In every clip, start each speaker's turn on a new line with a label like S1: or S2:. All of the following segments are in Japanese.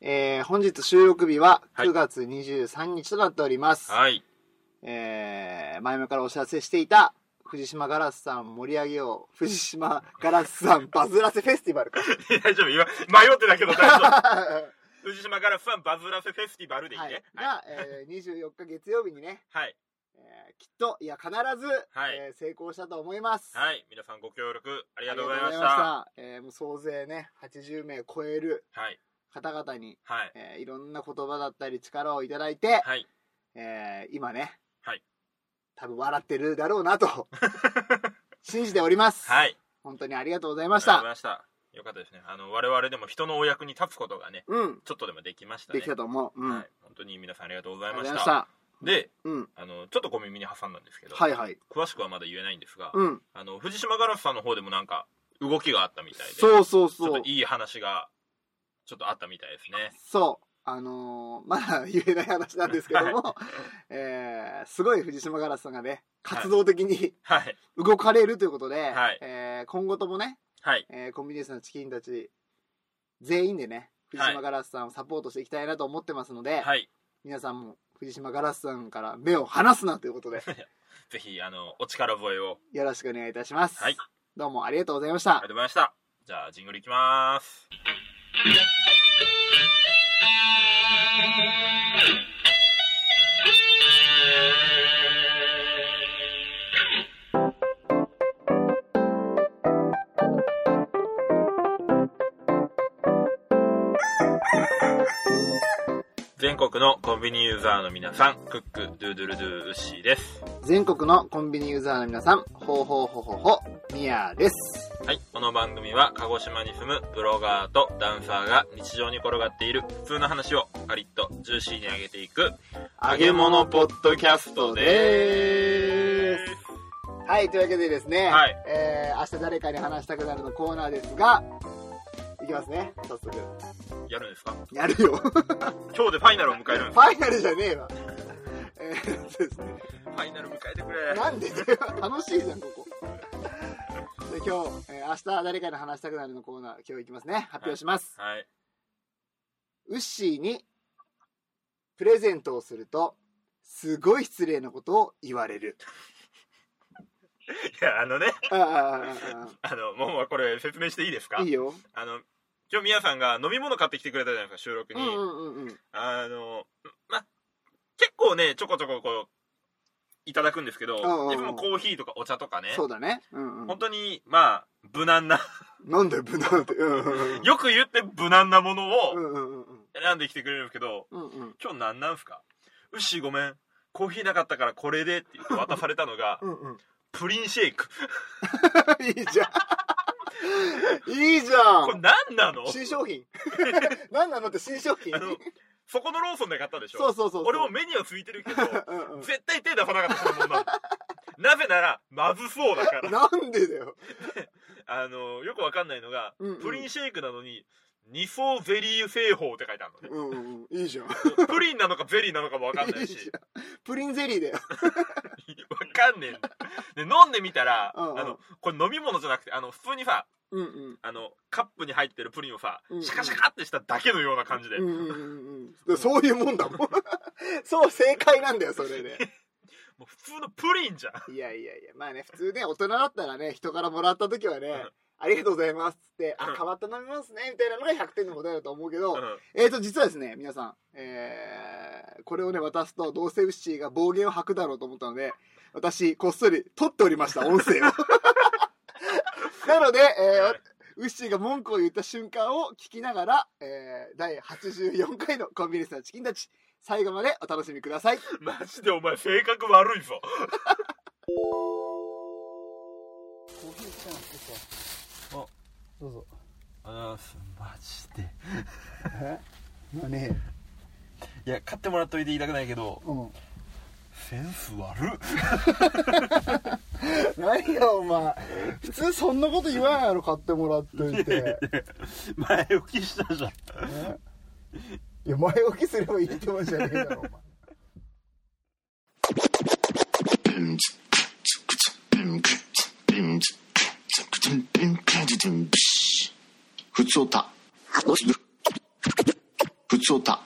S1: えー本日収録日は
S2: はい
S1: 9月23日となっております。
S2: はい。
S1: えー前々からお知らせしていた、藤島ガラスさん盛り上げよう。藤島ガラスさんバズらせフェスティバルか。
S2: 大丈夫今、迷ってたけど 大丈夫。
S1: は
S2: 藤島ガラスさんバズらせフェスティバル
S1: い。
S2: でいいね。はい。
S1: が、えー24日月曜日にね、
S2: はい。
S1: えーきっと、いや、必ず、
S2: はい
S1: えー成功したと思います。。
S2: はいい皆さんご協力あ
S1: あ
S2: りがとうございました。
S1: りがとうございました。えーもう総勢ね、80名超える
S2: はい。
S1: 方々に、
S2: はい。
S1: えーいろんな言葉だったり力をいただいて、
S2: はい。
S1: えー今ね、
S2: はい
S1: 多分笑ってるだろうな と信じております、
S2: はい。
S1: 本当にありがとうございまし
S2: ありがとうござい
S1: た
S2: ました。よかったですね。あの、我々でも人のお役に立つことがね、
S1: うん
S2: ちょっとでもできましたね。
S1: できたと思う、うん
S2: はい。本当に皆さんありがとうござ
S1: あ
S2: い
S1: りがとう
S2: ま
S1: ございま
S2: した。
S1: した
S2: で、
S1: うん
S2: あの、ちょっと小耳に挟んだんですけど、
S1: はいはい
S2: 詳しくはまだ言えないんですが、
S1: うん
S2: あの、藤島ガラスさんの方でもなんか、動きがあったみたいで、
S1: そうそう
S2: ちょ
S1: そ
S2: っ
S1: う
S2: といい話が、ちょっとあったみたいですね。
S1: そうあのーまだ言えない話なんですけども、 えーすごい藤島ガラスさんがね活動的に
S2: はい。
S1: 動かれるということで、
S2: はい
S1: えー今後ともね、
S2: はい。
S1: えーコンビニエンスのチキンたち全員でね藤島ガラスさんをサポートしていきたいなと思ってますので、
S2: はい。
S1: 皆さんも藤島ガラスさんから目を離すなという ことで
S2: ぜひ、あの、お力添えを。
S1: よろしくお願いいたします、
S2: はい。
S1: どうもありがとうございまし
S2: あ
S1: た
S2: りがとうございました。じゃあ、ジングルいきまーす。全国のコンビニユーザーの皆さん、クック、ドゥードゥルドゥウッシーです。
S1: 全国のコンビニユーザーの皆さんほうほうほうほうほうミヤです
S2: はい、この番組は鹿児島に住むブロガーとダンサーが日常に転がっている普通の話をカリッとジューシーに上げていく揚げ物ポッドキャストでーす。
S1: はいというわけでですね、
S2: はい
S1: えー明日誰かに話したくなるのコーナーですがいきますね早速
S2: やるんですか
S1: やるよフ
S2: 今日でファイナルを迎えるんですか
S1: ァイナルじゃねえわえーそうですね
S2: ファイナル迎えてくれ。
S1: なんで だよ楽しいじゃん、ここ。で今日、えー明日誰かに話したくなるのコーナー、今日いきますね。発表します。
S2: はい。
S1: ウッシーに、プレゼントをすると、すごい失礼なことを言われる。
S2: いや、あのね、
S1: あーあーあー
S2: あの、もうこれ説明していいです
S1: あ
S2: か
S1: ーいいよ。
S2: あの、今日みやさんが飲み物買ってきてくれたじゃないですか、収録
S1: う
S2: に。
S1: んうんうんうん。
S2: あの、ま、結構ね、ちょこちょここう、いただくんですけど、
S1: んうんうん
S2: いつもコーヒーとかお茶とかね、
S1: そうだね。うんうん
S2: 本。当に、まあ、無難な、
S1: なんだよ、無難って。うんうんうん。
S2: よく言って無難なもの
S1: う
S2: を
S1: んうんうんうん。
S2: 選んできてくれるんですけど、
S1: うんうん。、
S2: 今日何なんすかウッシーごめん、コーヒーなかったからこれでって言って渡されたのが
S1: うんうん。
S2: プリンシェイク。
S1: いいじゃん。いいじゃ
S2: これ
S1: ん。
S2: 何なの
S1: 新商品。 何なのって新商品
S2: あの、そこのローソンで買ったでしょ
S1: そうそうそうそう。
S2: 俺も目にはついてるけど、
S1: うんうん。
S2: 絶対手出さなかったそのもんな のなぜなら、まずそうだから。
S1: なんでだよ。
S2: あの、よくわかんないのが、
S1: うんうん
S2: プリンシェイクなのに、二層ゼリー製法って書いてあるのね。
S1: うんうんうん。いいじゃん。
S2: プリンなのかゼリーなのかもわかんない
S1: いいじ
S2: し、
S1: ゃんプリンゼリーだよ。
S2: わかんねえんだ。で、飲んでみたら、
S1: うんうん
S2: あの、これ飲み物じゃなくて、あの、普通にさ、
S1: うんうん。
S2: あの、カップに入ってるプリンをさ
S1: うんう、ん
S2: シャカシャカってしただけのような感じで、
S1: うんうんうんうん。そういうもんだもん。 そう、正解なんだよ、それで。
S2: もう普通のプリンじゃん。
S1: いやいやいや、まあね、普通ね、大人だったらね、人からもらった時はね、
S2: うん
S1: ありがとうございますっつって、
S2: う
S1: あ
S2: ん、
S1: 変わった飲みますね、みたいなのが100点の答えだと思うけど、
S2: うん
S1: えーと、実はですね、皆さん、えー、これをね、渡すと、どうせウッシーが暴言を吐くだろうと思ったので、私、こっそり撮っておりました、音声 を。なので、えーウッシーが文句を言った瞬間を聞きながら、えー、第84回のコンビニエンスのチキンたち、最後までお楽しみください。
S2: マジでお前性格悪いぞ。
S1: コーヒー来たの作
S2: たあ
S1: どうぞ。
S2: あマジで。
S1: えまあね、
S2: いや、買ってもらっといて言いたくないけど、
S1: うん。
S2: センス悪っ。
S1: 何やお前。普通そんなこと言わないやろ、買ってもらっとい て。
S2: 前置きしたじゃん。
S1: ねいや前置きすればいいってもんじゃねえだろお前
S3: ふつおた。ふふつおた。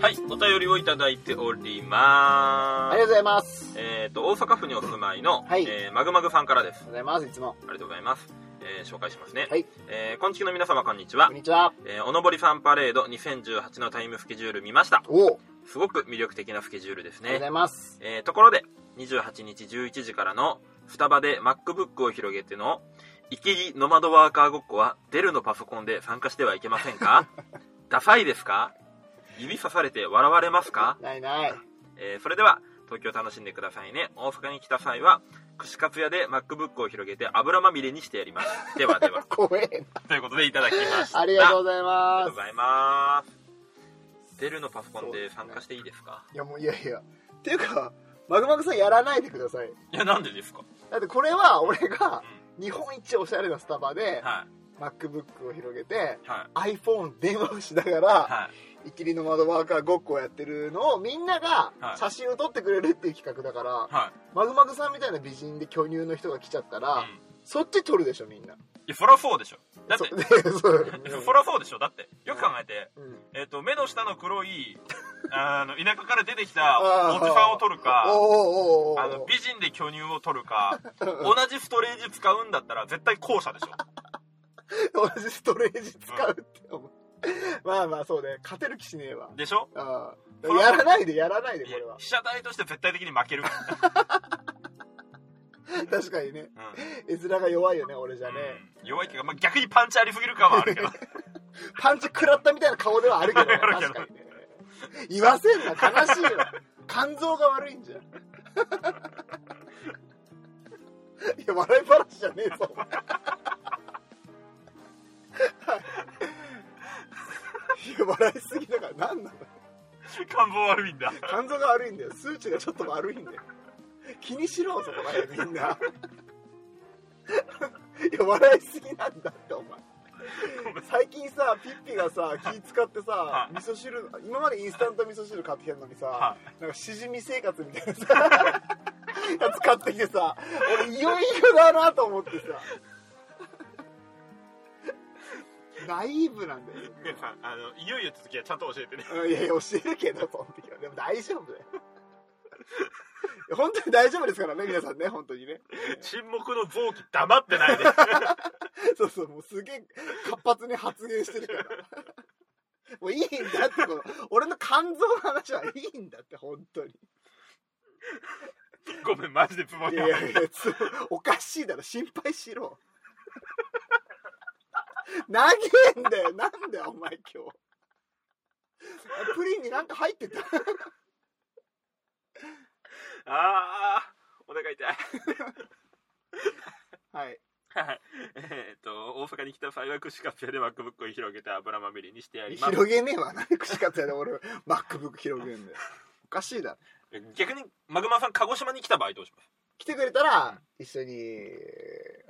S2: はい、お便りをいただいておりま
S1: ありがと
S2: す。
S1: うございます。
S2: えっ、と、大阪府にお住まいの、
S1: はい
S2: えーマグマグさんからで
S1: あり
S2: す。
S1: がとうございます。いつも。
S2: ありがとうございます。えー紹介しますね。
S1: はい。
S2: えー、こんちきの皆様、こんにちは
S1: こん。にちは。
S2: えーおのぼりさんパレード2018のタイムスケジュール見ました。
S1: おお。
S2: すごく魅力的なスケジュールです
S1: ありがとうござ
S2: ね。
S1: います。
S2: えーところで、28日11時からのスタバで MacBook を広げての、イキリノマドワーカーごっこは、デルのパソコンで参加してはいけません かダサいですか指刺されて笑われますか
S1: ないない。
S2: えーそれでは東京楽しんでくださいね大阪に来た際は串カツ屋で MacBook を広げて油まみれにしてやりますではでは
S1: 怖えな。
S2: ということでいただきました
S1: ありがとう
S2: う
S1: ござい
S2: ありが
S1: ま
S2: とうございますデルのパソコンで参加していいですか
S1: す。いや、もういやいや。っていうか、マグマグさんやらないでください。
S2: いやなんでですか
S1: だってこれは俺が
S2: う
S1: 日本一おしゃれなスタバで
S2: んはい
S1: MacBook を広げて
S2: はい
S1: iPhone 電話をしながら
S2: はい
S1: イキリの窓ワーカーごっこをやってるのをみんなが
S2: はい
S1: 写真を撮ってくれるっていう企画だから
S2: はい
S1: マグマグさんみたいな美人で巨乳の人が来ちゃったら
S2: うん
S1: そっち撮るでしょみんな。
S2: いやそらそうでしょだって
S1: そそう
S2: いやそらそうでしょだってよく考えて、
S1: うん
S2: えっと目の下の黒 いあの田舎から出てきた
S1: あ
S2: お
S1: ー
S2: じさんを取るか
S1: おーおーおー
S2: あの美人で巨乳を取るか同じストレージ使うんだったら絶対後者でしょ
S1: 同じストレージ使うって思うまあまあそうね勝てる気しねえわ
S2: でしょ
S1: あ
S2: それは
S1: やらないでやらないで
S2: い
S1: こ
S2: や
S1: れは
S2: 被写体として絶対的に負けるから、
S1: 確かにね
S2: うん
S1: 絵面が弱いよね俺じゃね
S2: うん弱いっていうか、まあ、逆にパンチありすぎる感はあるけ ど
S1: パンチ食らったみたいな顔ではあるけどね
S2: あるけ
S1: 確
S2: ど
S1: かにね言わせんな悲しいよ肝臓が悪いん じゃんいや笑い話じゃねえ ぞお前いや笑いすぎだから何なの
S2: 感望悪いんだ
S1: 肝臓が悪いんだよ数値がちょっと悪いんだよ気にしろそこまでみんない や笑いすぎなんだってお前最近さピッピがさ気使ってさ
S2: はい
S1: 味噌汁今までインスタント味噌汁買ってきたのにさ
S2: は
S1: なんかしじみ生活みたいなさやつ買ってきてさ俺いよいよだなと思って さナイーブなんだよ
S2: 皆さんあのいよいよ続きはちゃんと教えてね
S1: うんいやいや、教えるけど、その時は。でも大丈夫だよ。いや本当に大丈夫ですからね、皆さんね、本当にね。
S2: 沈黙の臓器黙ってないで
S1: そうそう、もうすげえ活発に発言してるから。もういいんだって、この俺の肝臓の話はいいんだって、本当に。
S2: ごめんマジでつも
S1: い
S2: り
S1: や
S2: が
S1: いやいや、つおかしいだろ、心配しろ。長えんだよ、なんだよ、お前今日。あプリンになんか入ってた。
S2: ああお腹痛い
S1: はい。
S2: はいえっと大阪に来た際は串カツ屋で MacBook を広げて油まみれにしてやります
S1: 広げねえわ。なんで串カツ屋で俺、MacBook 広げんだよ。おかしいだろ。
S2: 逆にマグマさん鹿児島に来た場合どうします
S1: 来てくれたら、一緒に、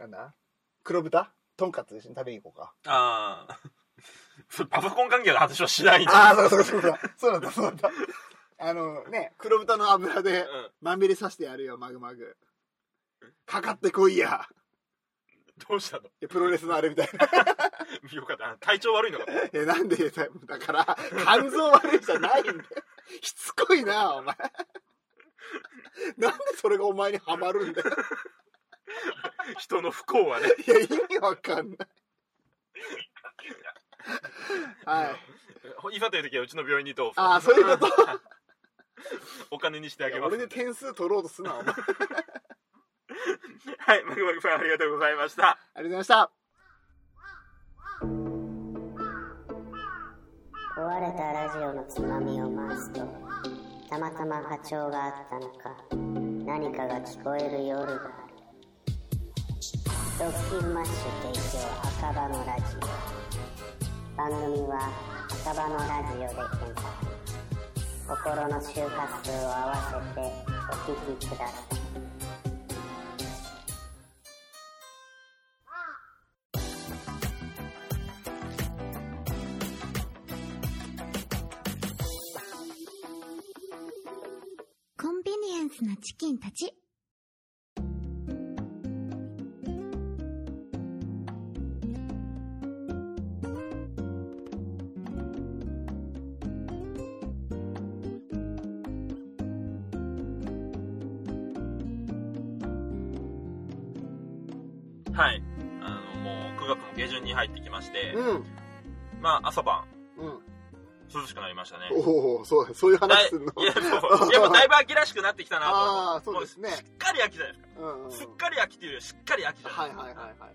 S1: なんだ黒豚とんかつ一緒に食べに行こうか。
S2: ああパソコン関係の話はしないんだ
S1: ああ、そうだそうだ。そうだった、そうだった。あのね、黒豚の油で
S2: うん
S1: まみれさせてやるよ、マグマグ。かかってこいや。
S2: どうしたの
S1: いやプロレスのあれみたいな。
S2: よかった体調悪いのかと思った
S1: え、なんでだから、肝臓悪いじゃないんだよ。しつこいな、お前。なんでそれがお前にはまるんだよ。
S2: 人の不幸 はね
S1: いや、意味わかんない。はい。
S2: いざという時はうちの病院に行こう
S1: ああ、そういうこと。
S2: お金にしてあげます
S1: 俺で点数取ろうとすな、お前。あ
S2: はいマグマグさんありがとうございました
S1: りがとうございました。
S4: 壊れたラジオのつまみを回すとたまたま波長があったのか何かが聞こえる夜がある「ドッキンマッシュ提供赤羽のラジオ」番組は赤羽のラジオで検索心の周波数を合わせてお聞きください
S3: スなチキンたち。
S2: はい。あの、もう9月も下旬に入ってきまして、
S1: うん。
S2: まあ朝晩
S1: うん。
S2: 涼しくなりましたね。
S1: おお、そう、そういう
S2: だい
S1: 話
S2: い
S1: すんの。
S2: や、そう。やっぱだいぶ秋らしくなってきたなと思
S1: ああ、そうですね。
S2: しっかり秋じゃないですか。
S1: うんうん。
S2: すっかり秋っていうよりしっかり秋じゃな
S1: はいい
S2: ですか。
S1: はいはいは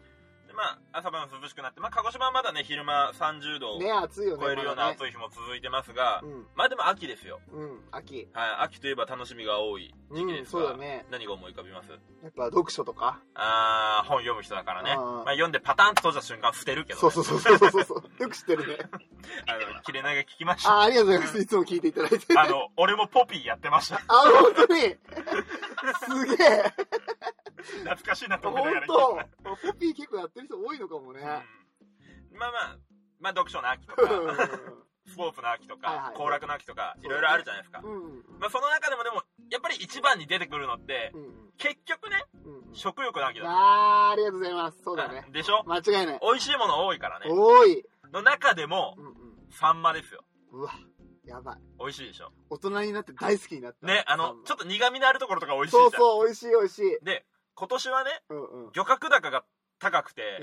S2: でまあ、朝晩涼しくなって、まあ、鹿児島はまだね、昼間30度
S1: い。
S2: を
S1: ね、暑いよね。
S2: 超えるような
S1: まだね
S2: 暑い日も続いてますが、
S1: うん。
S2: まあでも秋ですよ。
S1: うん。秋。
S2: はい、秋といえば楽しみが多い時期
S1: う
S2: で
S1: ん、
S2: すが、
S1: そうだね。
S2: 何が思い浮かびます
S1: やっぱ読書とか。
S2: あー、本読む人だからね。
S1: あー
S2: まあ、読んでパタンと閉じた瞬間、捨てるけど、ね。
S1: そうそうそうそうそうそう。よく知ってるね。
S2: あの、切れ長聞きました。
S1: ああ、ありがとうございます。いつも聞いていただいて。
S2: あの、俺もポピーやってました。
S1: あ、本当に。すげえ。
S2: 懐かしいなと思い
S1: 本
S2: ながら聞いてた
S1: 当。ポピー結構やってる人多いのかもね。
S2: うんまあまあ、まあ、読書の秋と
S1: う
S2: か、スポーツの秋と
S1: はい
S2: か
S1: は、い
S2: 行楽の秋とか、いろいろあるじゃないですか。
S1: ん。うん。
S2: まあ、その中でもでも、やっぱり一番に出てくるのって
S1: う、ん。
S2: 結局ね、
S1: うん。
S2: 食欲の秋だ。
S1: ああ、ありがとうございます。そうだね。
S2: でしょ
S1: 間違いない。
S2: 美味しいもの多いからね。
S1: 多い。
S2: の中でも
S1: う、んうん。
S2: サンマですよ。
S1: うわ、やばい。
S2: 美味しいでしょ。
S1: 大人になって大好きになった。
S2: ね、あの、ちょっと苦味のあるところとか美味しいじゃ
S1: そ
S2: ん
S1: う。そう、美味しい美味しい。
S2: で、今年はね、
S1: うんうん。
S2: 漁獲高が高くて、
S1: へえ。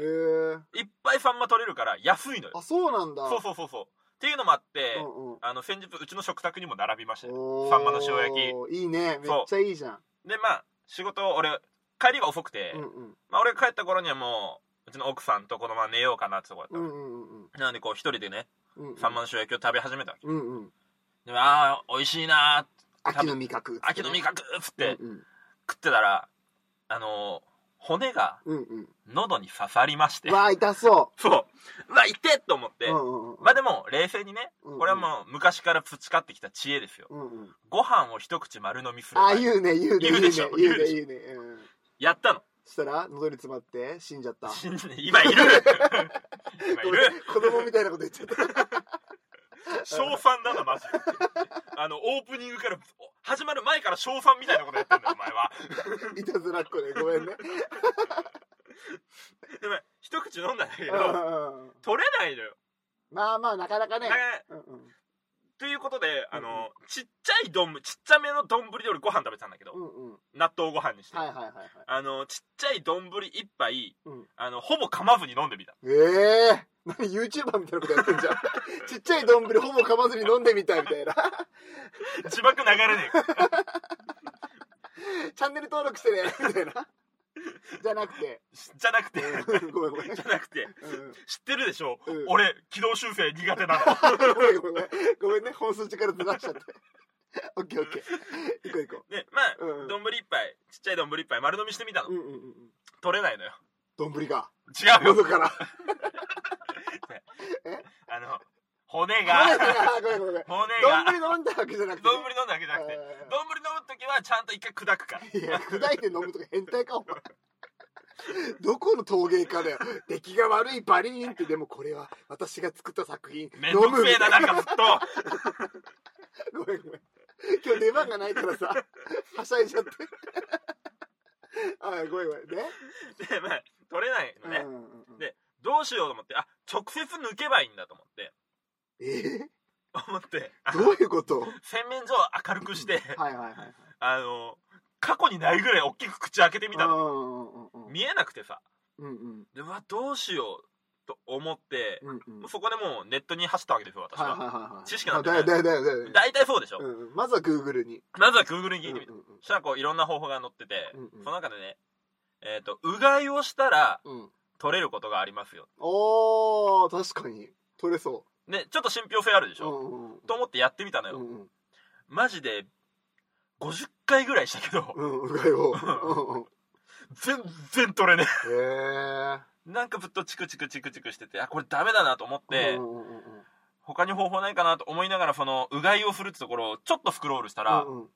S2: いっぱいサンマ取れるから安いのよ。
S1: あ、そうなんだ。
S2: そうそうそうそう。っていうのもあって、
S1: うんうん
S2: あの、先日うちの食卓にも並びましたよ。
S1: おー
S2: サンマの塩焼
S1: いいね。めっちゃいいじゃん。
S2: で、まあ、仕事、俺、帰りが遅くて、
S1: うんうん。
S2: まあ、俺が帰った頃にはもう、うちの奥さんとこのまま寝ようかなってとこだった
S1: う
S2: の。
S1: んうんうん
S2: なので、こう、一人でね、
S1: うん。うん
S2: サンマの塩焼きを食べ始めたわけ。
S1: うんうん。
S2: で、ああ、美味しいなー
S1: 秋の味覚。
S2: 秋の味覚っつって、
S1: うん
S2: 食ってたら、あのー骨が
S1: うん。うん
S2: 喉に刺さりまし
S1: う
S2: て
S1: ん。。わあ、痛そ
S2: そう。うわ、痛ってと思って。
S1: う。うんうんうん。
S2: まあでも、冷静にね、
S1: うんうん
S2: これはもう昔から培ってきた知恵ですよ。
S1: うんうん。
S2: ご飯を一口丸飲みする
S1: あ、
S2: 前。
S1: 言うね、言うね、言
S2: 言う
S1: う
S2: で
S1: ね
S2: しょ、
S1: 言うね、
S2: 言
S1: 言うね。うん。
S2: やったの。
S1: したら、喉に詰まって死んじゃった。
S2: 死んで今 いる今い
S1: ごめ
S2: る
S1: ん子供みたいなこと言っちゃった。
S2: 賞賛だな、マジで。あの、オープニングから、お始まる前から賞賛みたいなことやってんだよ、お前は。
S1: いたずらっ子で、ごめんね。
S2: でも、一口飲んだんだけ
S1: う
S2: ど、
S1: んうん
S2: 取れないのよ。
S1: まあまあ、なかなかね
S2: だか。ら
S1: うんうん
S2: ということで、あの、ちっちゃい丼、ちっちゃめの丼で俺ご飯食べてたんだけど、
S1: うんうん。
S2: 納豆ご飯にして。
S1: はいはいはいはい。
S2: あの、ちっちゃい丼一杯、
S1: うん
S2: あの、ほぼ噛まずに飲んでみた。
S1: ええー、何 YouTuber みたいなことやってんじ ゃん。ちっちゃい丼ほぼ噛まずに飲んでみたいみたいな。
S2: 自爆流れねえから。
S1: チャンネル登録してね、みたいな。じゃなくて。
S2: じゃなくて、
S1: うんごめんごめん。
S2: じゃなくて、
S1: うん
S2: 知ってるでしょ、
S1: うん
S2: 俺、軌道修正苦手なの。
S1: ごめんごめん。ごめんね、本数力ずらしちゃって。オッケーオッケー。行こう
S2: で、まあ、
S1: 行こう。うん
S2: 丼一杯、ちっちゃい丼一杯丸飲みしてみたの。
S1: うんうんうんうん。
S2: 取れないのよ。
S1: 丼が。
S2: 違うよ。
S1: 喉から。
S2: あの、骨
S1: ご
S2: が、
S1: めんごめんごめん。
S2: 骨が、
S1: 丼飲んだわけじゃなくて。
S2: 丼飲んだわけじゃなくて、
S1: あ
S2: 丼飲むときはちゃんと一回砕 くから。
S1: ーいや、砕いて飲むとか変態か、お前。どこの陶芸家だよ。出来が悪いバリーンって、でもこれは私が作った作品。
S2: めんどくせえ
S1: 飲むみた
S2: な、
S1: いな
S2: なんかずっと。
S1: ごめんごめん。今日出番がないからさ、はしゃいじゃって。あ、ごめんごめん。ね。
S2: で、まあ、取れないのね。
S1: うんうんうん
S2: でどうしようと思って、あ、直接抜けばいいんだと思って、
S1: え
S2: 思って、あ
S1: ー
S2: の
S1: どういうこと
S2: 洗面所を明るくして、
S1: はいはいはい。
S2: あの、過去にないぐらい大きく口開けてみた
S1: う
S2: の。
S1: んうんうんうん。
S2: 見えなくてさ。
S1: うんうん
S2: で、うわ、どうしようと思って、
S1: うんうん。
S2: そこでもうネットに走ったわけですよ、私
S1: はいはい
S2: は。
S1: はいはい。
S2: 知識なんて
S1: あ
S2: な
S1: だ
S2: い
S1: よだよだよだよ。
S2: 大体そうでしょ。
S1: うんうんまずは Google に。
S2: まずは Google に聞いてみた。
S1: うんうん
S2: そしたらこういろんな方法が載ってて、
S1: うんうん
S2: その中でね、えっ、と、うがいをしたら
S1: うんうん。
S2: 取れることがありますよ。
S1: おー、確かに。取れそ
S2: ね、ちょっと信憑性あるでし
S1: う。
S2: ょ、
S1: うんうん
S2: と思ってやってみたの
S1: う
S2: よ。
S1: ん。
S2: マジで、50回ぐらいしたけど、
S1: うんうん。うがいを。うんうん。
S2: 全然取れね
S1: へー。
S2: え。なんかずっとチクチクチクチクしてて、あ、これダメだなと思って、
S1: うんうんうんうん
S2: 他に方法ないかなと思いながら、その、うがいをするってところをちょっとスクロールしたら、
S1: うんうん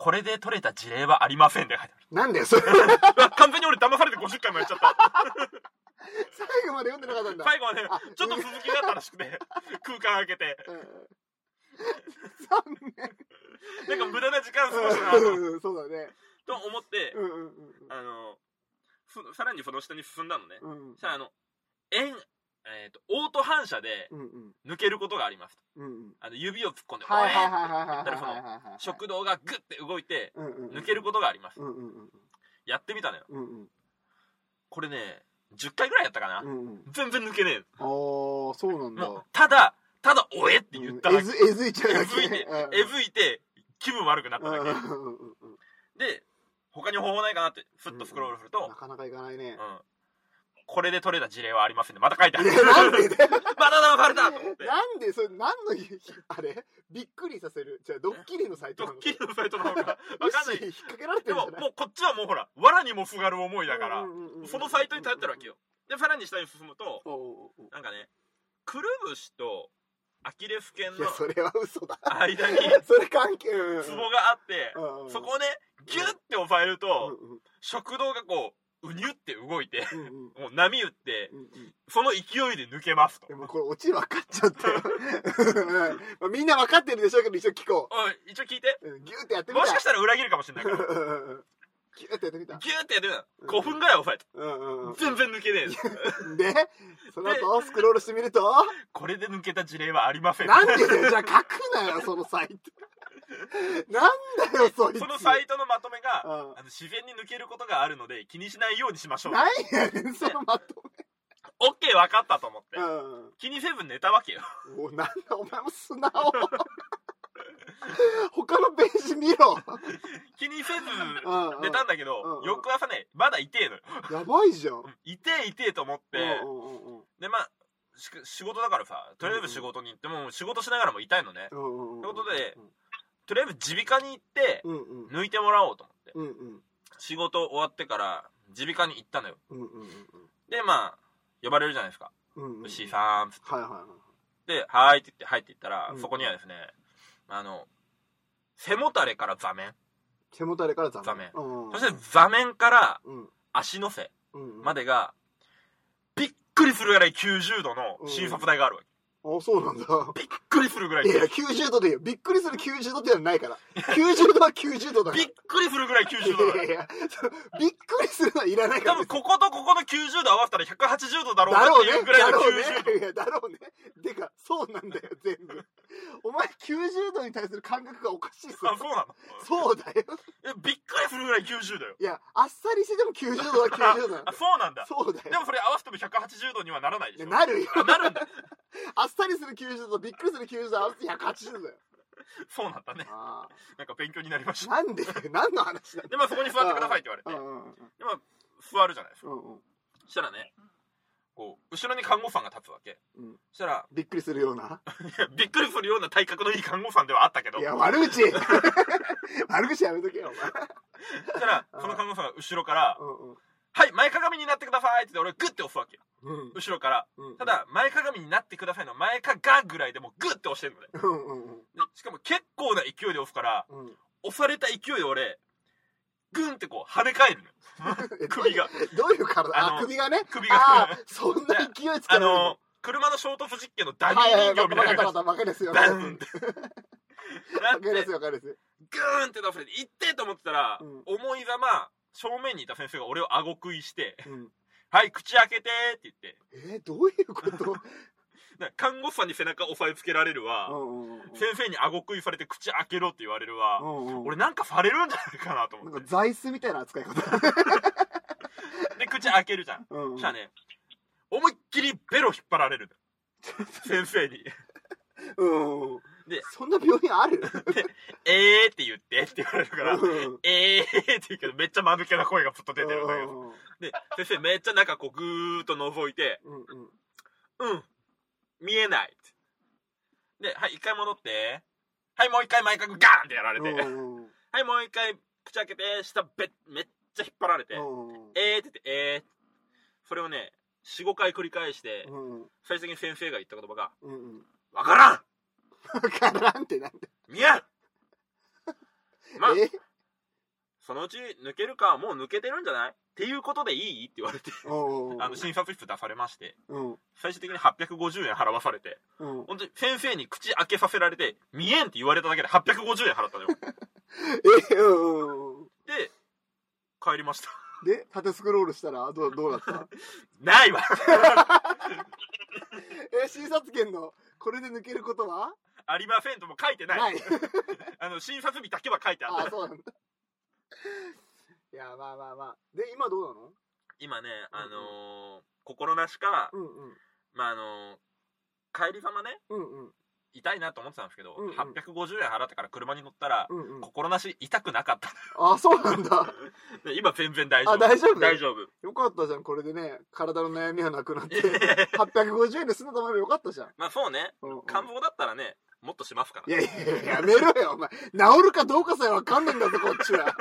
S2: これで取れた事例はありませんって書いて
S1: なんだよ、それ。
S2: ある。うわ 完全に俺騙されて50回もやっちゃった。
S1: 最後まで読んでなかったんだ。
S2: 最後はね
S1: あ、
S2: ちょっと続き になったらしくて、空間開けて。
S1: うんうん残念。
S2: なんか無駄な時間過ごしたなと
S1: うんそうだね。
S2: と思って
S1: う、んうんうん
S2: あの、ふさらにその下に進んだのね。
S1: うん。うん
S2: そしたら、あの、円、えっ、と、オート反射で
S1: うんうん
S2: 抜けることがありますと。
S1: うんうん。
S2: あの、指を突っ込んで、
S1: はいはい
S2: おえ
S1: はいはいはい
S2: だからその
S1: はいはいはい。
S2: 食道がグッて動いて、
S1: うんうんうん
S2: 抜けることがあります。
S1: うんうんうん
S2: やってみたのよ。
S1: うんうん
S2: これね、10回ぐらいやったかな。
S1: うんうん。
S2: 全然抜けねえ。
S1: ああそうなんだ
S2: もう。、ただ、ただ、おえって言っただ
S1: え
S2: け。
S1: ずえずいちゃう
S2: え
S1: だ
S2: ず
S1: け
S2: いて
S1: うん、
S2: えずいて、気分悪くなった
S1: うん
S2: だ
S1: うん
S2: け。
S1: うんうんうん
S2: で、他に方法ないかなって、ふっとスクロールすると
S1: な、かなかいかないね
S2: う。ん。これで取れた事例はありませんね。また書いてあ
S1: い
S2: る
S1: や。 なんでだよ
S2: バナナファルだと思って。
S1: なんでそれ何の日あれびっくりさせるじゃあドッキリのサイト
S2: ド
S1: なの
S2: ッキリのサイトの方が、わかんない
S1: むし。ろ引っ掛けられて
S2: で
S1: るんじゃ
S2: も、
S1: ない
S2: もうこっちはもうほら、藁にもすがる思いだから
S1: うん、うんうんうん
S2: そのサイトに頼ってるわけよ。で、さらに下に進むと、
S1: おうおうおう
S2: なんかね、くるぶしとアキレス腱
S1: いや
S2: の
S1: それは嘘だ
S2: 間に
S1: それ関係うんうん
S2: ツボがあって、
S1: うんうん
S2: そこをね、ギュッて押さえる
S1: うん
S2: と、
S1: うん
S2: 食道がこう、うにゅって動いて、
S1: うんうん
S2: もう波打って
S1: う、んうん
S2: その勢いで抜けますと。
S1: でもこれオチ分かっちゃったようん まあみんな分かってるでしょうけど一応聞こ
S2: おい一応聞いて。
S1: ううんギューってやってみた
S2: も しかしたら裏切るかもしれないから。
S1: うんうんうんギューってやってみた
S2: ギューってやってみた
S1: うん
S2: の5分ぐらい押さえた。
S1: うんうん
S2: 全然抜 けねえです。
S1: うんでその後スクロールしてみると
S2: これで抜けた事例はありません。
S1: なん でだよじゃあ書くなよそのサイト なんだよそいつ
S2: そのサイトのまとめが、
S1: うん
S2: あの自然に抜けることがあるので気にしないようにしましょう。
S1: 何やねんそのまと
S2: オッケー分かったと思って
S1: め。うん
S2: 気にせず寝たわけよ。
S1: おなんだお前も素直 他のページ見ろ
S2: 気にせず
S1: うんうん
S2: 寝たんだけど、
S1: うんうん
S2: 翌朝ね、まだ痛えのよ。
S1: やばいじゃん、
S2: 痛え痛えと思って、
S1: うんうんうん
S2: で、まあ、し仕事だからさ、とりあえず仕事に行っても、仕事しながらも痛いのね。
S1: うんうんうん
S2: ということでとりあえず耳鼻科に行って、
S1: うんうん
S2: 抜いてもらおうと思って。
S1: うんうん
S2: 仕事終わってから、耳鼻科に行ったのよ。
S1: うんうんうん
S2: で、まあ、呼ばれるじゃないですか。
S1: うんうん
S2: 牛井さん、つっ
S1: はいはいはい
S2: て、はーいって言って入っていったら、
S1: うん
S2: そこにはですね、あの、背もたれから座面、
S1: 背もたれから座面
S2: 座面
S1: うん
S2: そして座面から
S1: うん
S2: 足の背
S1: うん
S2: までが、びっくりするぐらい90度の診察台があるわけ。
S1: あそうなんだ
S2: びっくりするぐらい。
S1: い
S2: びっ
S1: や90度でいいよびっくりする90度ってのはないから90度は90度だから
S2: くりするぐらい90度だ
S1: い
S2: か
S1: やい。や
S2: ら
S1: そうびっくりするのはいらないから
S2: 多分こことここの90度合わせたら180度だろう
S1: だ
S2: なっ
S1: ろう
S2: ていう
S1: ね
S2: ぐら
S1: だ
S2: いの
S1: ろう
S2: 90度。
S1: ねいやだろうねでかそうなんだよ全部お前90度に対する感覚がおかしいっすよ
S2: あ、そうなの
S1: そうだよ
S2: えびっくりするぐらい90度よ。
S1: いやあっさりしてでも90度は90度なの
S2: あ、そうなんだ。
S1: そうだ
S2: で
S1: よ
S2: もそれ合わせても180度にはならないで
S1: いや
S2: しょ。
S1: なるよ
S2: あなるんだ。
S1: あっさりする90度とびっくりする90度合わせて180度だよ
S2: そうなんだね。
S1: あ
S2: なんか勉強になりまし
S1: ー
S2: た。
S1: なんで 何の話だ
S2: で、まあそこに座ってくださいって言われて
S1: う、んうんうん
S2: で、まあ座るじゃないですか。
S1: うんうん
S2: そしたらね、こう、後ろに看護婦さんが立つわけ。
S1: うん
S2: そしたら、
S1: びっくりするようない
S2: やびっくりするような体格のいい看護婦さんではあったけど、
S1: い
S2: そ
S1: や悪口 悪口やめとけよ
S2: したら、
S1: うん
S2: その看護婦さんが後ろから
S1: お、前うん
S2: はい、前かがみになってくださいって言って、俺グッて押すわけよ。
S1: うん
S2: 後ろから。
S1: うん
S2: ただ、前かがみになってくださいの前かがぐらいでもうグッて押してるのね。
S1: うんうんうん
S2: でしかも結構な勢いで押すから、
S1: うん
S2: 押された勢いで俺、グンってこう跳ね返るのよ。 首が。
S1: どういう体
S2: あの
S1: あ、首がね。
S2: 首
S1: あ
S2: が
S1: あ。、そんな勢いつか
S2: あ
S1: ない。
S2: の、車の衝突実験のダミー
S1: はいはい、
S2: 人形
S1: わか
S2: み
S1: ったた
S2: いな
S1: わ
S2: 感
S1: かった、わかりやすい
S2: じ。
S1: わかり
S2: ダ
S1: やすい。
S2: ンって。な
S1: わか
S2: っ
S1: りや
S2: て
S1: すい、、わかりやすい。
S2: グーンって倒れて、行ってと思ってたら、
S1: うん
S2: 思いざま、正面にいた先生が俺を顎食いして、
S1: うん
S2: はい、口開けてって言って、
S1: えー、どういう こと
S2: なんか看護師さんに背中押さえつけられるわ、
S1: うんうんうん
S2: 先生に顎食いされて口開けろって言われるわ、
S1: うんうん
S2: 俺なんかされるんじゃないかなと
S1: な
S2: 思
S1: ん
S2: っ
S1: か
S2: て。
S1: 座椅子みたいな扱い方。
S2: で、口開けるじゃん。
S1: うんう
S2: そ
S1: ん
S2: したらね、思いっきりベロ引っ張ら れる。先生に。
S1: うんうんうん
S2: で
S1: そんな病院ある
S2: えーって言ってって言われるから
S1: う、んうん
S2: えーって言うけど、めっちゃ間抜けな声がずっと出てるんだけど。
S1: う
S2: で、先生めっちゃなんかこうぐーっと覗いて、
S1: んうん
S2: うん、見えないって。で、はい、一回戻って、はい、もう一回前角ガーンってやられ
S1: うんう
S2: て、
S1: んうん
S2: はい、もう一回口開けて、下べっめっちゃ引っ張られて、
S1: うん
S2: えーって言って、えーそれをね、4、5回繰り返して、
S1: うん
S2: 最終的に先生が言った言葉が、
S1: うんうん
S2: わからん
S1: わからんってなんだ
S2: 見えんまあ、
S1: え
S2: そのうち抜けるかはもう抜けてるんじゃないていうことでいいって言われて、
S1: おうおう
S2: あの、診察室出されまして、
S1: うん。
S2: 最終的に850円払わされて、
S1: うん。
S2: 本当に先生に口開けさせられて、見えんって言われただけで850円 払ったのよ。
S1: え、うんうんうん。
S2: で、帰りました。
S1: で、縦スクロールしたら、どう、どうだった
S2: ないわ
S1: え、診察券の、これで抜けることは
S2: ありませんとも書いてない。
S1: ない。
S2: あの、診察日だけは書いてあった
S1: あ、。そうなんだ。いや、まあまあまあ。で、今どうなの
S2: 今ね、あのー心なしか、
S1: うんうん。
S2: まあ、あのー帰り様ね、
S1: うんうん。
S2: 痛いなと思ってたんですけど、
S1: うんうん
S2: 850円払ってから車に乗ったら、
S1: うんうん。
S2: 心なし痛くなかった。
S1: あ、そうなんだ。
S2: で今全然大丈夫。
S1: あ大丈夫
S2: 大 丈夫。
S1: よかったじゃん、これでね。体の悩みはなくな って。850円で済んだと思えばよかったじゃん。
S2: まあそうね、
S1: うんうん
S2: 感冒だったらね、もっとしますから。
S1: いやいやいや、やめろよ、お前。治るかどうかさえわかんねえんだぞ、こっちは。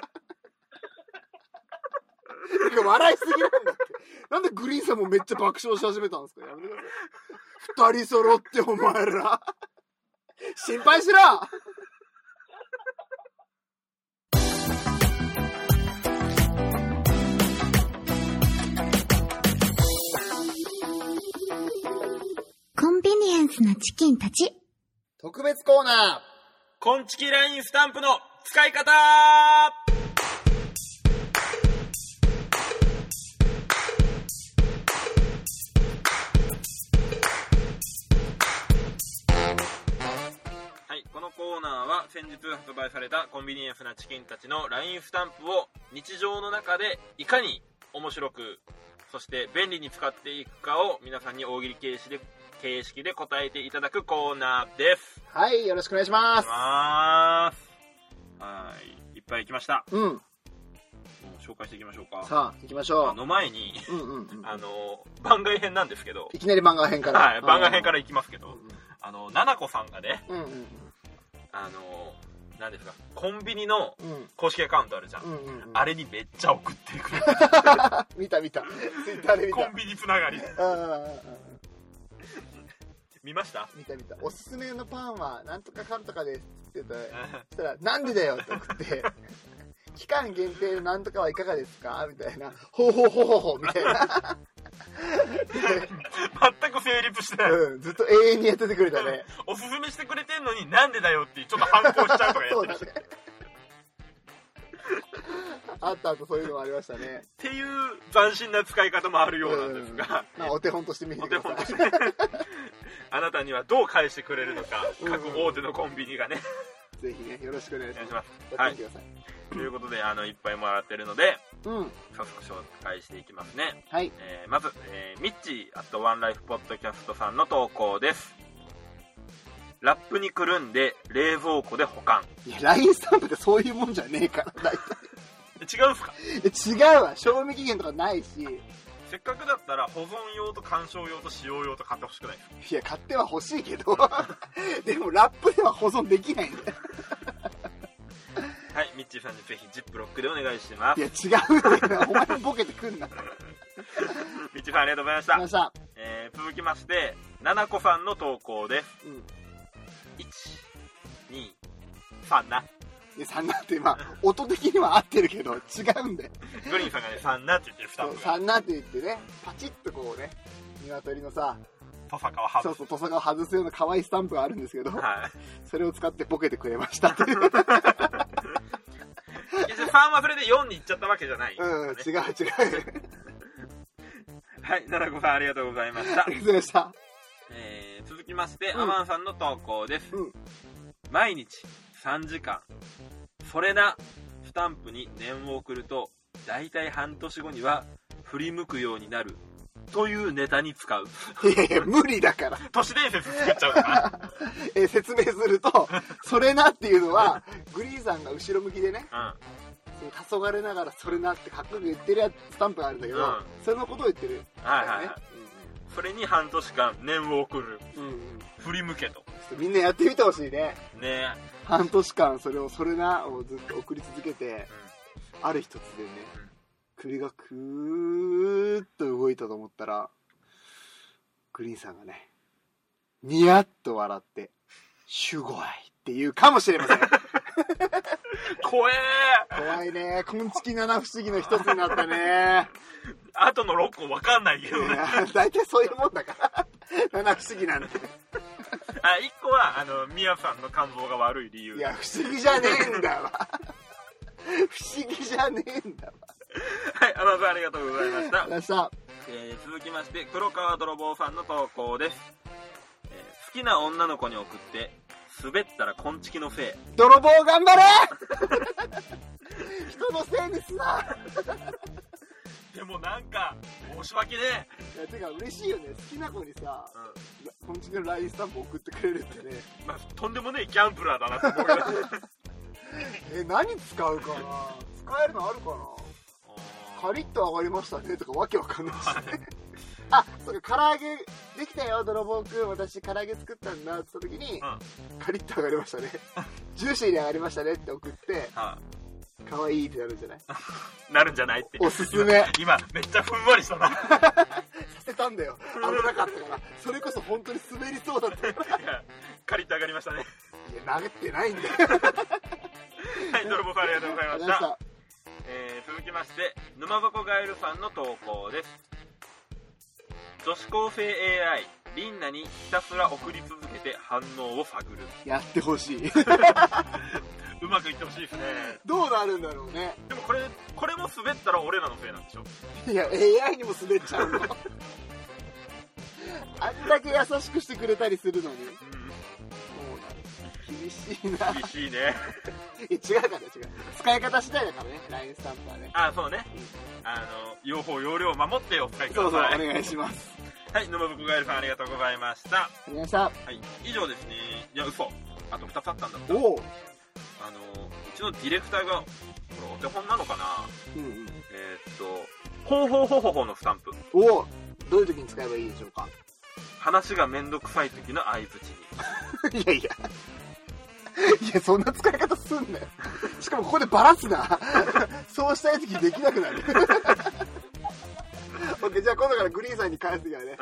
S1: てか、笑いすぎなんだって。なんでグリーンさんもめっちゃ爆笑し始めたんですかやめてください。二人揃って、お前ら。心配しろ
S3: コンビニエンスなチキンたち。
S1: 特別コーナ
S2: コンチキラインスタンプの使い方はい、このコーナーは先日発売されたコンビニエンスなチキンたちの LINE スタンプを日常の中でいかに面白くそして便利に使っていくかを皆さんに大喜利形式で形式で答えていただくコーナーです
S1: ーはい、よろしくお願いします。
S2: ますはいいっぱい来ました
S1: うん。
S2: もう紹介していきましょうか
S1: さあ、行きましょ
S2: あの前に
S1: う。うんうんうん。
S2: あの番外編なんですけど
S1: いきなり漫画編から。。
S2: はい番外編かららいきますけ
S1: う
S2: ど
S1: ん
S2: あのななこさんがね
S1: うんうん
S2: あのなんですかコンビニの
S1: うん。
S2: 公式アカウントあるじゃん、
S1: うんうんうん。
S2: あれにめっちゃ送ってくれ
S1: 見た見た。ツイッターで
S2: る
S1: 見
S2: コ
S1: た
S2: ン。ビニつながり
S1: ああ。
S2: 見ました
S1: 見た見たおすすめのパンはなんとかかんとかですって言ってたそしたら「なんでだよ」って送って 「期間限定のなんとかはいかがですか?」みたいな「ほうほうほうほうほう」みたいな、
S2: 全く成立してない、
S1: うん、ずっと永遠にやっててくれたね
S2: おすすめしてくれてんのになんでだよってちょっと反抗しちゃうとかや
S1: そ
S2: っ
S1: う
S2: てる
S1: だねあったあとそういうのもありましたね
S2: っていう斬新な使い方もあるようなんですが、
S1: まあお手本として見て
S2: お
S1: く
S2: 手
S1: ださ
S2: 本
S1: い
S2: としてあなたにはどう返してくれるのか各大手のコンビニがね
S1: ぜひねよろしくお願い
S2: お
S1: し
S2: 願いし
S1: ま
S2: ます
S1: すやってみてください、
S2: ということであのいっぱいもらってるので
S1: うん
S2: 早速紹介していきますね、
S1: はい
S2: えーまず、えーミッチーアットワンライフポッドキャストさんの投稿ですラップにくるんで冷蔵庫で保管
S1: いや LINE スタンプってそういうもんじゃねえから大
S2: え違うんすか
S1: 体違うわ賞味期限とかないしい
S2: せっかくだったら保存用と鑑賞用と使用用と買ってほしくないですか
S1: や買っては欲しいけど でもラップでは保存できないんだよ
S2: はいミッチーさんにぜひジップロックでお願いしま
S1: い
S2: す
S1: や違うってなお前もボケてくんな
S2: ミッチーさんありがとうございました
S1: あのさ、
S2: えー続きましてななこさんの投稿です
S1: うん、
S2: 123な
S1: で3なって今音的には合ってるけど違うんだよ
S2: グリーンさんがね3なって言ってるスタンプが
S1: 3なって言ってねパチッとこうね鶏のさ
S2: トサカは外
S1: そう
S2: す
S1: そう土佐が外すような可愛いスタンプがあるんですけど
S2: はい
S1: それを使ってボケてくれま したっていう
S2: 別に3はそれで4に行っちゃったわけじゃない、
S1: うん違う
S2: ね
S1: 違う
S2: はいななこさんありがとうございました
S1: ありがとうご、ざいました
S2: えー続きまして、
S1: うん
S2: アマンさんの投稿です、
S1: うん
S2: 毎日3時間それなスタンプに念を送ると大体半年後には振り向くようになるというネタに使う
S1: いやいや無理だから
S2: 都市伝説作っちゃうから
S1: えー説明するとそれなっていうのはグリーンさんが後ろ向きでね
S2: うん
S1: 黄昏ながらそれなってかっこよく言ってるやつスタンプがあるんだけど、
S2: うん
S1: それのことを言ってる
S2: はいはいはいそれに半年間念を送る
S1: うんうんうん
S2: 振り向けと
S1: ちょっとみんなやってみてほしいね
S2: ね
S1: 半年間それを「それな」をずっと送り続けてある日突然ね
S2: うん
S1: 首がクーッと動いたと思ったらグリーンさんがねニ ヤッと笑って「シュゴイ」って言うかもしれません
S2: え怖え
S1: 怖いね。昆虫七不思議の一つになったね。
S2: あとの6個わかんないけど
S1: い
S2: ね
S1: や 大体そういうもんだから。 七不思議なんて。
S2: あ一個はあのミヤさんの感動が悪い理由
S1: いや、不思議じゃねえんだわ。 不思議じゃねえんだわ。
S2: はい天野さんありがとうございま した
S1: あらさ、
S2: えー続きまして黒川泥棒さんの投稿です、えー好きな女の子に送って滑ったらこんちきのせい
S1: 泥棒頑張れ 人のせいにすな。
S2: でもなんか申し訳ね
S1: いやてか嬉しいよね。好きな子にさ、
S2: え、
S1: 昆虫の LINE スタンプ送ってくれるってね。
S2: まあ、とんでもねえギャンブラーだなって思いま した
S1: え、何使うかな使えるのあるかなカリッと上がりましたねとかわけわかんないし、ね、あそうか唐揚げできたよ泥棒くん私唐揚げ作ったんだって言った時に、カリッと上がりま したねジューシーに上がりましたねって送って
S2: は
S1: 可愛いってなるんじゃない
S2: いなるんじゃないって
S1: おすすめ
S2: 今めっちゃふんわりしたない
S1: させたんだ よ危なかったからそれこそ本当に滑りそうだったい
S2: や カリッと上がりましたね
S1: や投げてないんだよ
S2: はい泥棒さんありがとうございま
S1: あ
S2: したえー続きまして沼底ガエルさんの投稿です女子高生 AI リンナにひたすら送り続けて反応を探る
S1: やってほしいう
S2: まくいってほしいですね
S1: どうなるんだろうね
S2: でもこれこれも滑ったら俺らのせいなんでしょ
S1: いや AI にも滑っちゃ うのあんだけ優しくしてくれたりするのに
S2: う
S1: そうだ厳しいなん
S2: 厳し いね
S1: いや違うから違う使い方次第だからね LINE スタンプはね
S2: あそうねあの用法用量を守ってお使いくださ
S1: そ
S2: い
S1: うそうお願いします
S2: はい沼袋ガエルさんありがとうございました
S1: お願いした
S2: はい以上ですねいや嘘あと2つあったんだ
S1: おおう
S2: あのうちのディレクターがこれお手本なのかな
S1: うんうん
S2: えーっと、ほうほうほうほうほうのスタンプ。
S1: おおどういう時に使えばいいでしょうか
S2: 話がめんどくさい時の相槌に。
S1: いやいやいやそんな使い方すんなよしかもここでバラすなそうしたい時できなくな るオッケーじゃあ今度からグリーンさんに返すからね、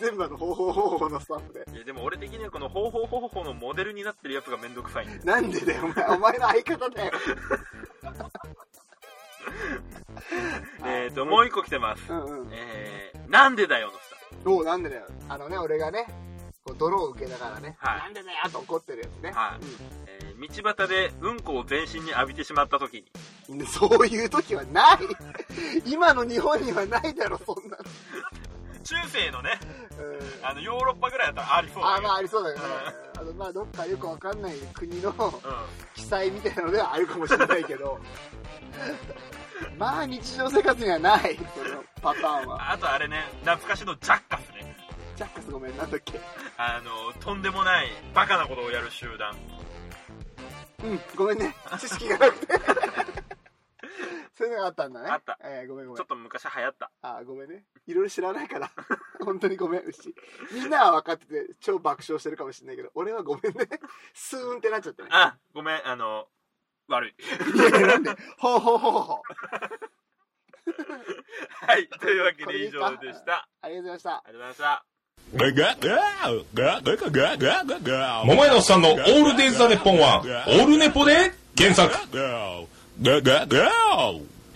S1: 全部あの方法方法のスタンプで
S2: うん。いや、でも俺的にはこのほうほうほうほうほうのモデルになってるやつがめんどくさいんで。
S1: なんでだよお前お前の相方だよ
S2: えーっと、もう一個来てます。
S1: うんうん
S2: えー、なんでだよのス
S1: もうなんでだよあのね俺がねこう泥を受けながらね、
S2: はい
S1: なんでだよと怒ってるやつね、
S2: はい
S1: うん
S2: タンプ。えー、道端でうんこを全身に浴びてしまった時に。
S1: でそういう時はない 今の日本にはないだろそんなの、
S2: 中世のね、
S1: うん
S2: あの、ヨーロッパぐらいだったらありそうだ
S1: あ
S2: けど
S1: まあありそうだけどねあのまあどっかよくわかんない国の
S2: う
S1: 記載みたいなのではあるかもしれないけど まあ日常生活にはないそのパターンは
S2: ん。あとあれね、懐かしのジャッカスね。
S1: ジャッカスごめんなんだっけ
S2: あの、とんでもない、バカなことをやる集団。
S1: うんごめんね知識がなく てそういうのがあったんだね
S2: あった
S1: えーごめんごめん
S2: ちょっと昔流行った。
S1: あーごめんね。いろいろ知らないから。 本当にごめん、牛。みんなは分かってて、超爆笑してるかもしれないけど、俺はごめんね。スーンってなっちゃったね。
S2: あ、ごめん、あの、悪い。
S1: いやいやなんでほうほうほうほう。
S2: はい、というわけで以上でした。
S1: ありがとうございました。
S2: ありがとうございました。
S5: 桃屋のおっさんのオールデイズ・ザ・ネッポンは、オールネポで検索。
S2: は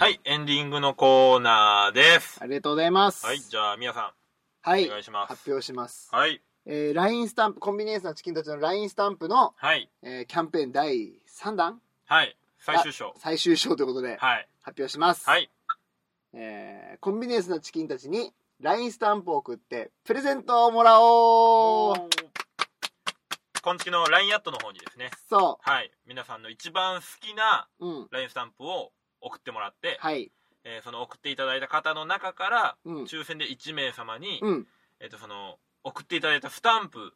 S2: い、エンディングのコーナーです。
S1: ありがとうございます。
S2: はい、じゃあ、みやさ
S1: はい。
S2: お願いします
S1: 発表します。
S2: ん。はい。
S1: えー、ラインスタンプ、コンビニエンスなチキンたちの LINE スタンプの、
S2: はい。
S1: えーキャンペーン第3弾
S2: はい。最終章
S1: あ。最終章ということで、
S2: はい。
S1: 発表します。
S2: はい。
S1: えーコンビニエンスなチキンたちに LINE スタンプを送って、プレゼントをもらおう
S2: 今月の LINE アットの方にですね、
S1: そ
S2: はい。皆さんの一番好きな
S1: う。うん。
S2: LINE スタンプを送ってもらって、
S1: はい。
S2: えーその送っていただいた方の中から、
S1: うん。
S2: 抽選で1名様に、
S1: うん。
S2: えっ、と、その、送っていただいたスタンプ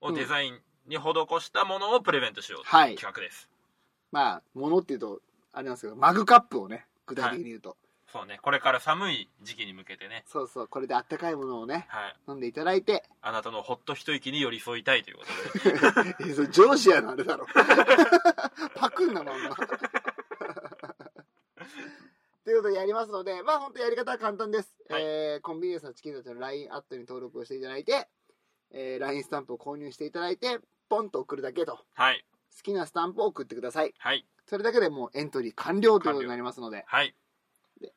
S2: をデザインに施したものをプレゼントしようと
S1: はい
S2: いう企画です。
S1: まあ、ものっていうと、あれなんですけど、マグカップをね、具体的に言うと。
S2: そうね、これから寒い時期に向けてね、
S1: そうそう、これであったかいものをね、
S2: はい。
S1: 飲んでいただいて、
S2: あなたのほっと一息に寄り添いたいということで。
S1: えそれジョージアのあれだろ。 パクンなまんま。ということでやりますので、まあ本当やり方は簡単です。
S2: はい
S1: えーコンビニエンスのチキンたちの LINE アットに登録をしていただいて、えー LINE スタンプを購入していただいて、ポンと送るだけと。好
S2: はい。
S1: きなスタンプを送ってください。
S2: はい。
S1: それだけでもうエントリー完了ということになりますので、
S2: はい。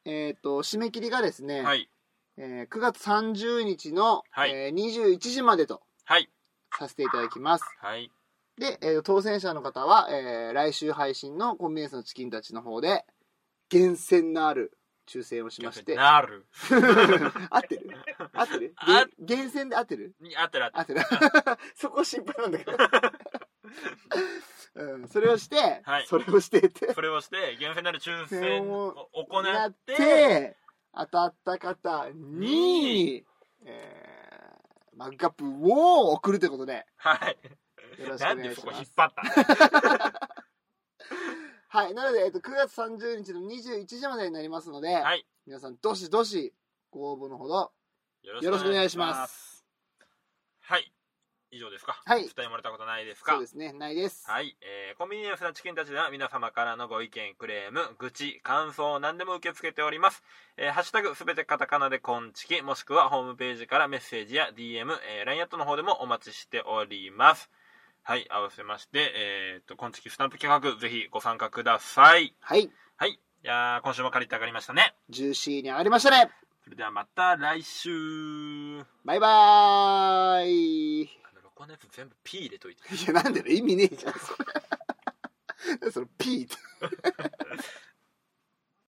S1: えっ、と、締め切りがですね、
S2: はい。
S1: えー9月30日の、
S2: はい
S1: えー21時までと
S2: はい。
S1: させていただきます。
S2: はい。
S1: で、えー当選者の方は、えー来週配信のコンビニエンスのチキンたちの方で、厳選なある抽選をしまして、
S2: なる。
S1: 合ってる合ってる
S2: あ
S1: げ厳選で合ってる
S2: にあったらあった
S1: 合ってる そこ心配なんだけ ど。うん、それをして、
S2: はい
S1: それをしてって
S2: ら。。それをして、ゲンフェナル抽選を行
S1: やっ
S2: っ、
S1: てて、当たった方に、えー、マグカップを送るということで、
S2: はい。
S1: よろしく
S2: な
S1: お
S2: ん
S1: 願
S2: で
S1: いし
S2: そこ
S1: ま
S2: 引っ
S1: す。
S2: 張った
S1: はい。なので、えっと、9月30日の21時までになりますので、
S2: のはい。
S1: 皆さん、どしどし、ご応募のほど、よろしくお願いします。
S2: はい。以上ですか
S1: はい
S2: 伝えもらったことないですか
S1: そうですね、ないです。
S2: はい、えー、コンビニエンスなチキンたちでは皆様からのご意見、クレーム、愚痴、感想を何でも受け付けております。えー、ハッシュタグすべてカタカナでコンチキ、もしくはホームページからメッセージや DM、えー、LINE アットの方でもお待ちしております。はい、合わせまして、えー、っと、コンチキスタンプ企画、ぜひご参加ください。
S1: はい。
S2: はい、いやー今週も借りて上がりましたね。
S1: ジューシーに上がりましたね。
S2: それではまた来週。
S1: バイバーイ。い
S2: あの、録音のやつ全部 P 入れといて。
S1: や、なんでだよ意味ねえじゃん、それ。その、ピーって。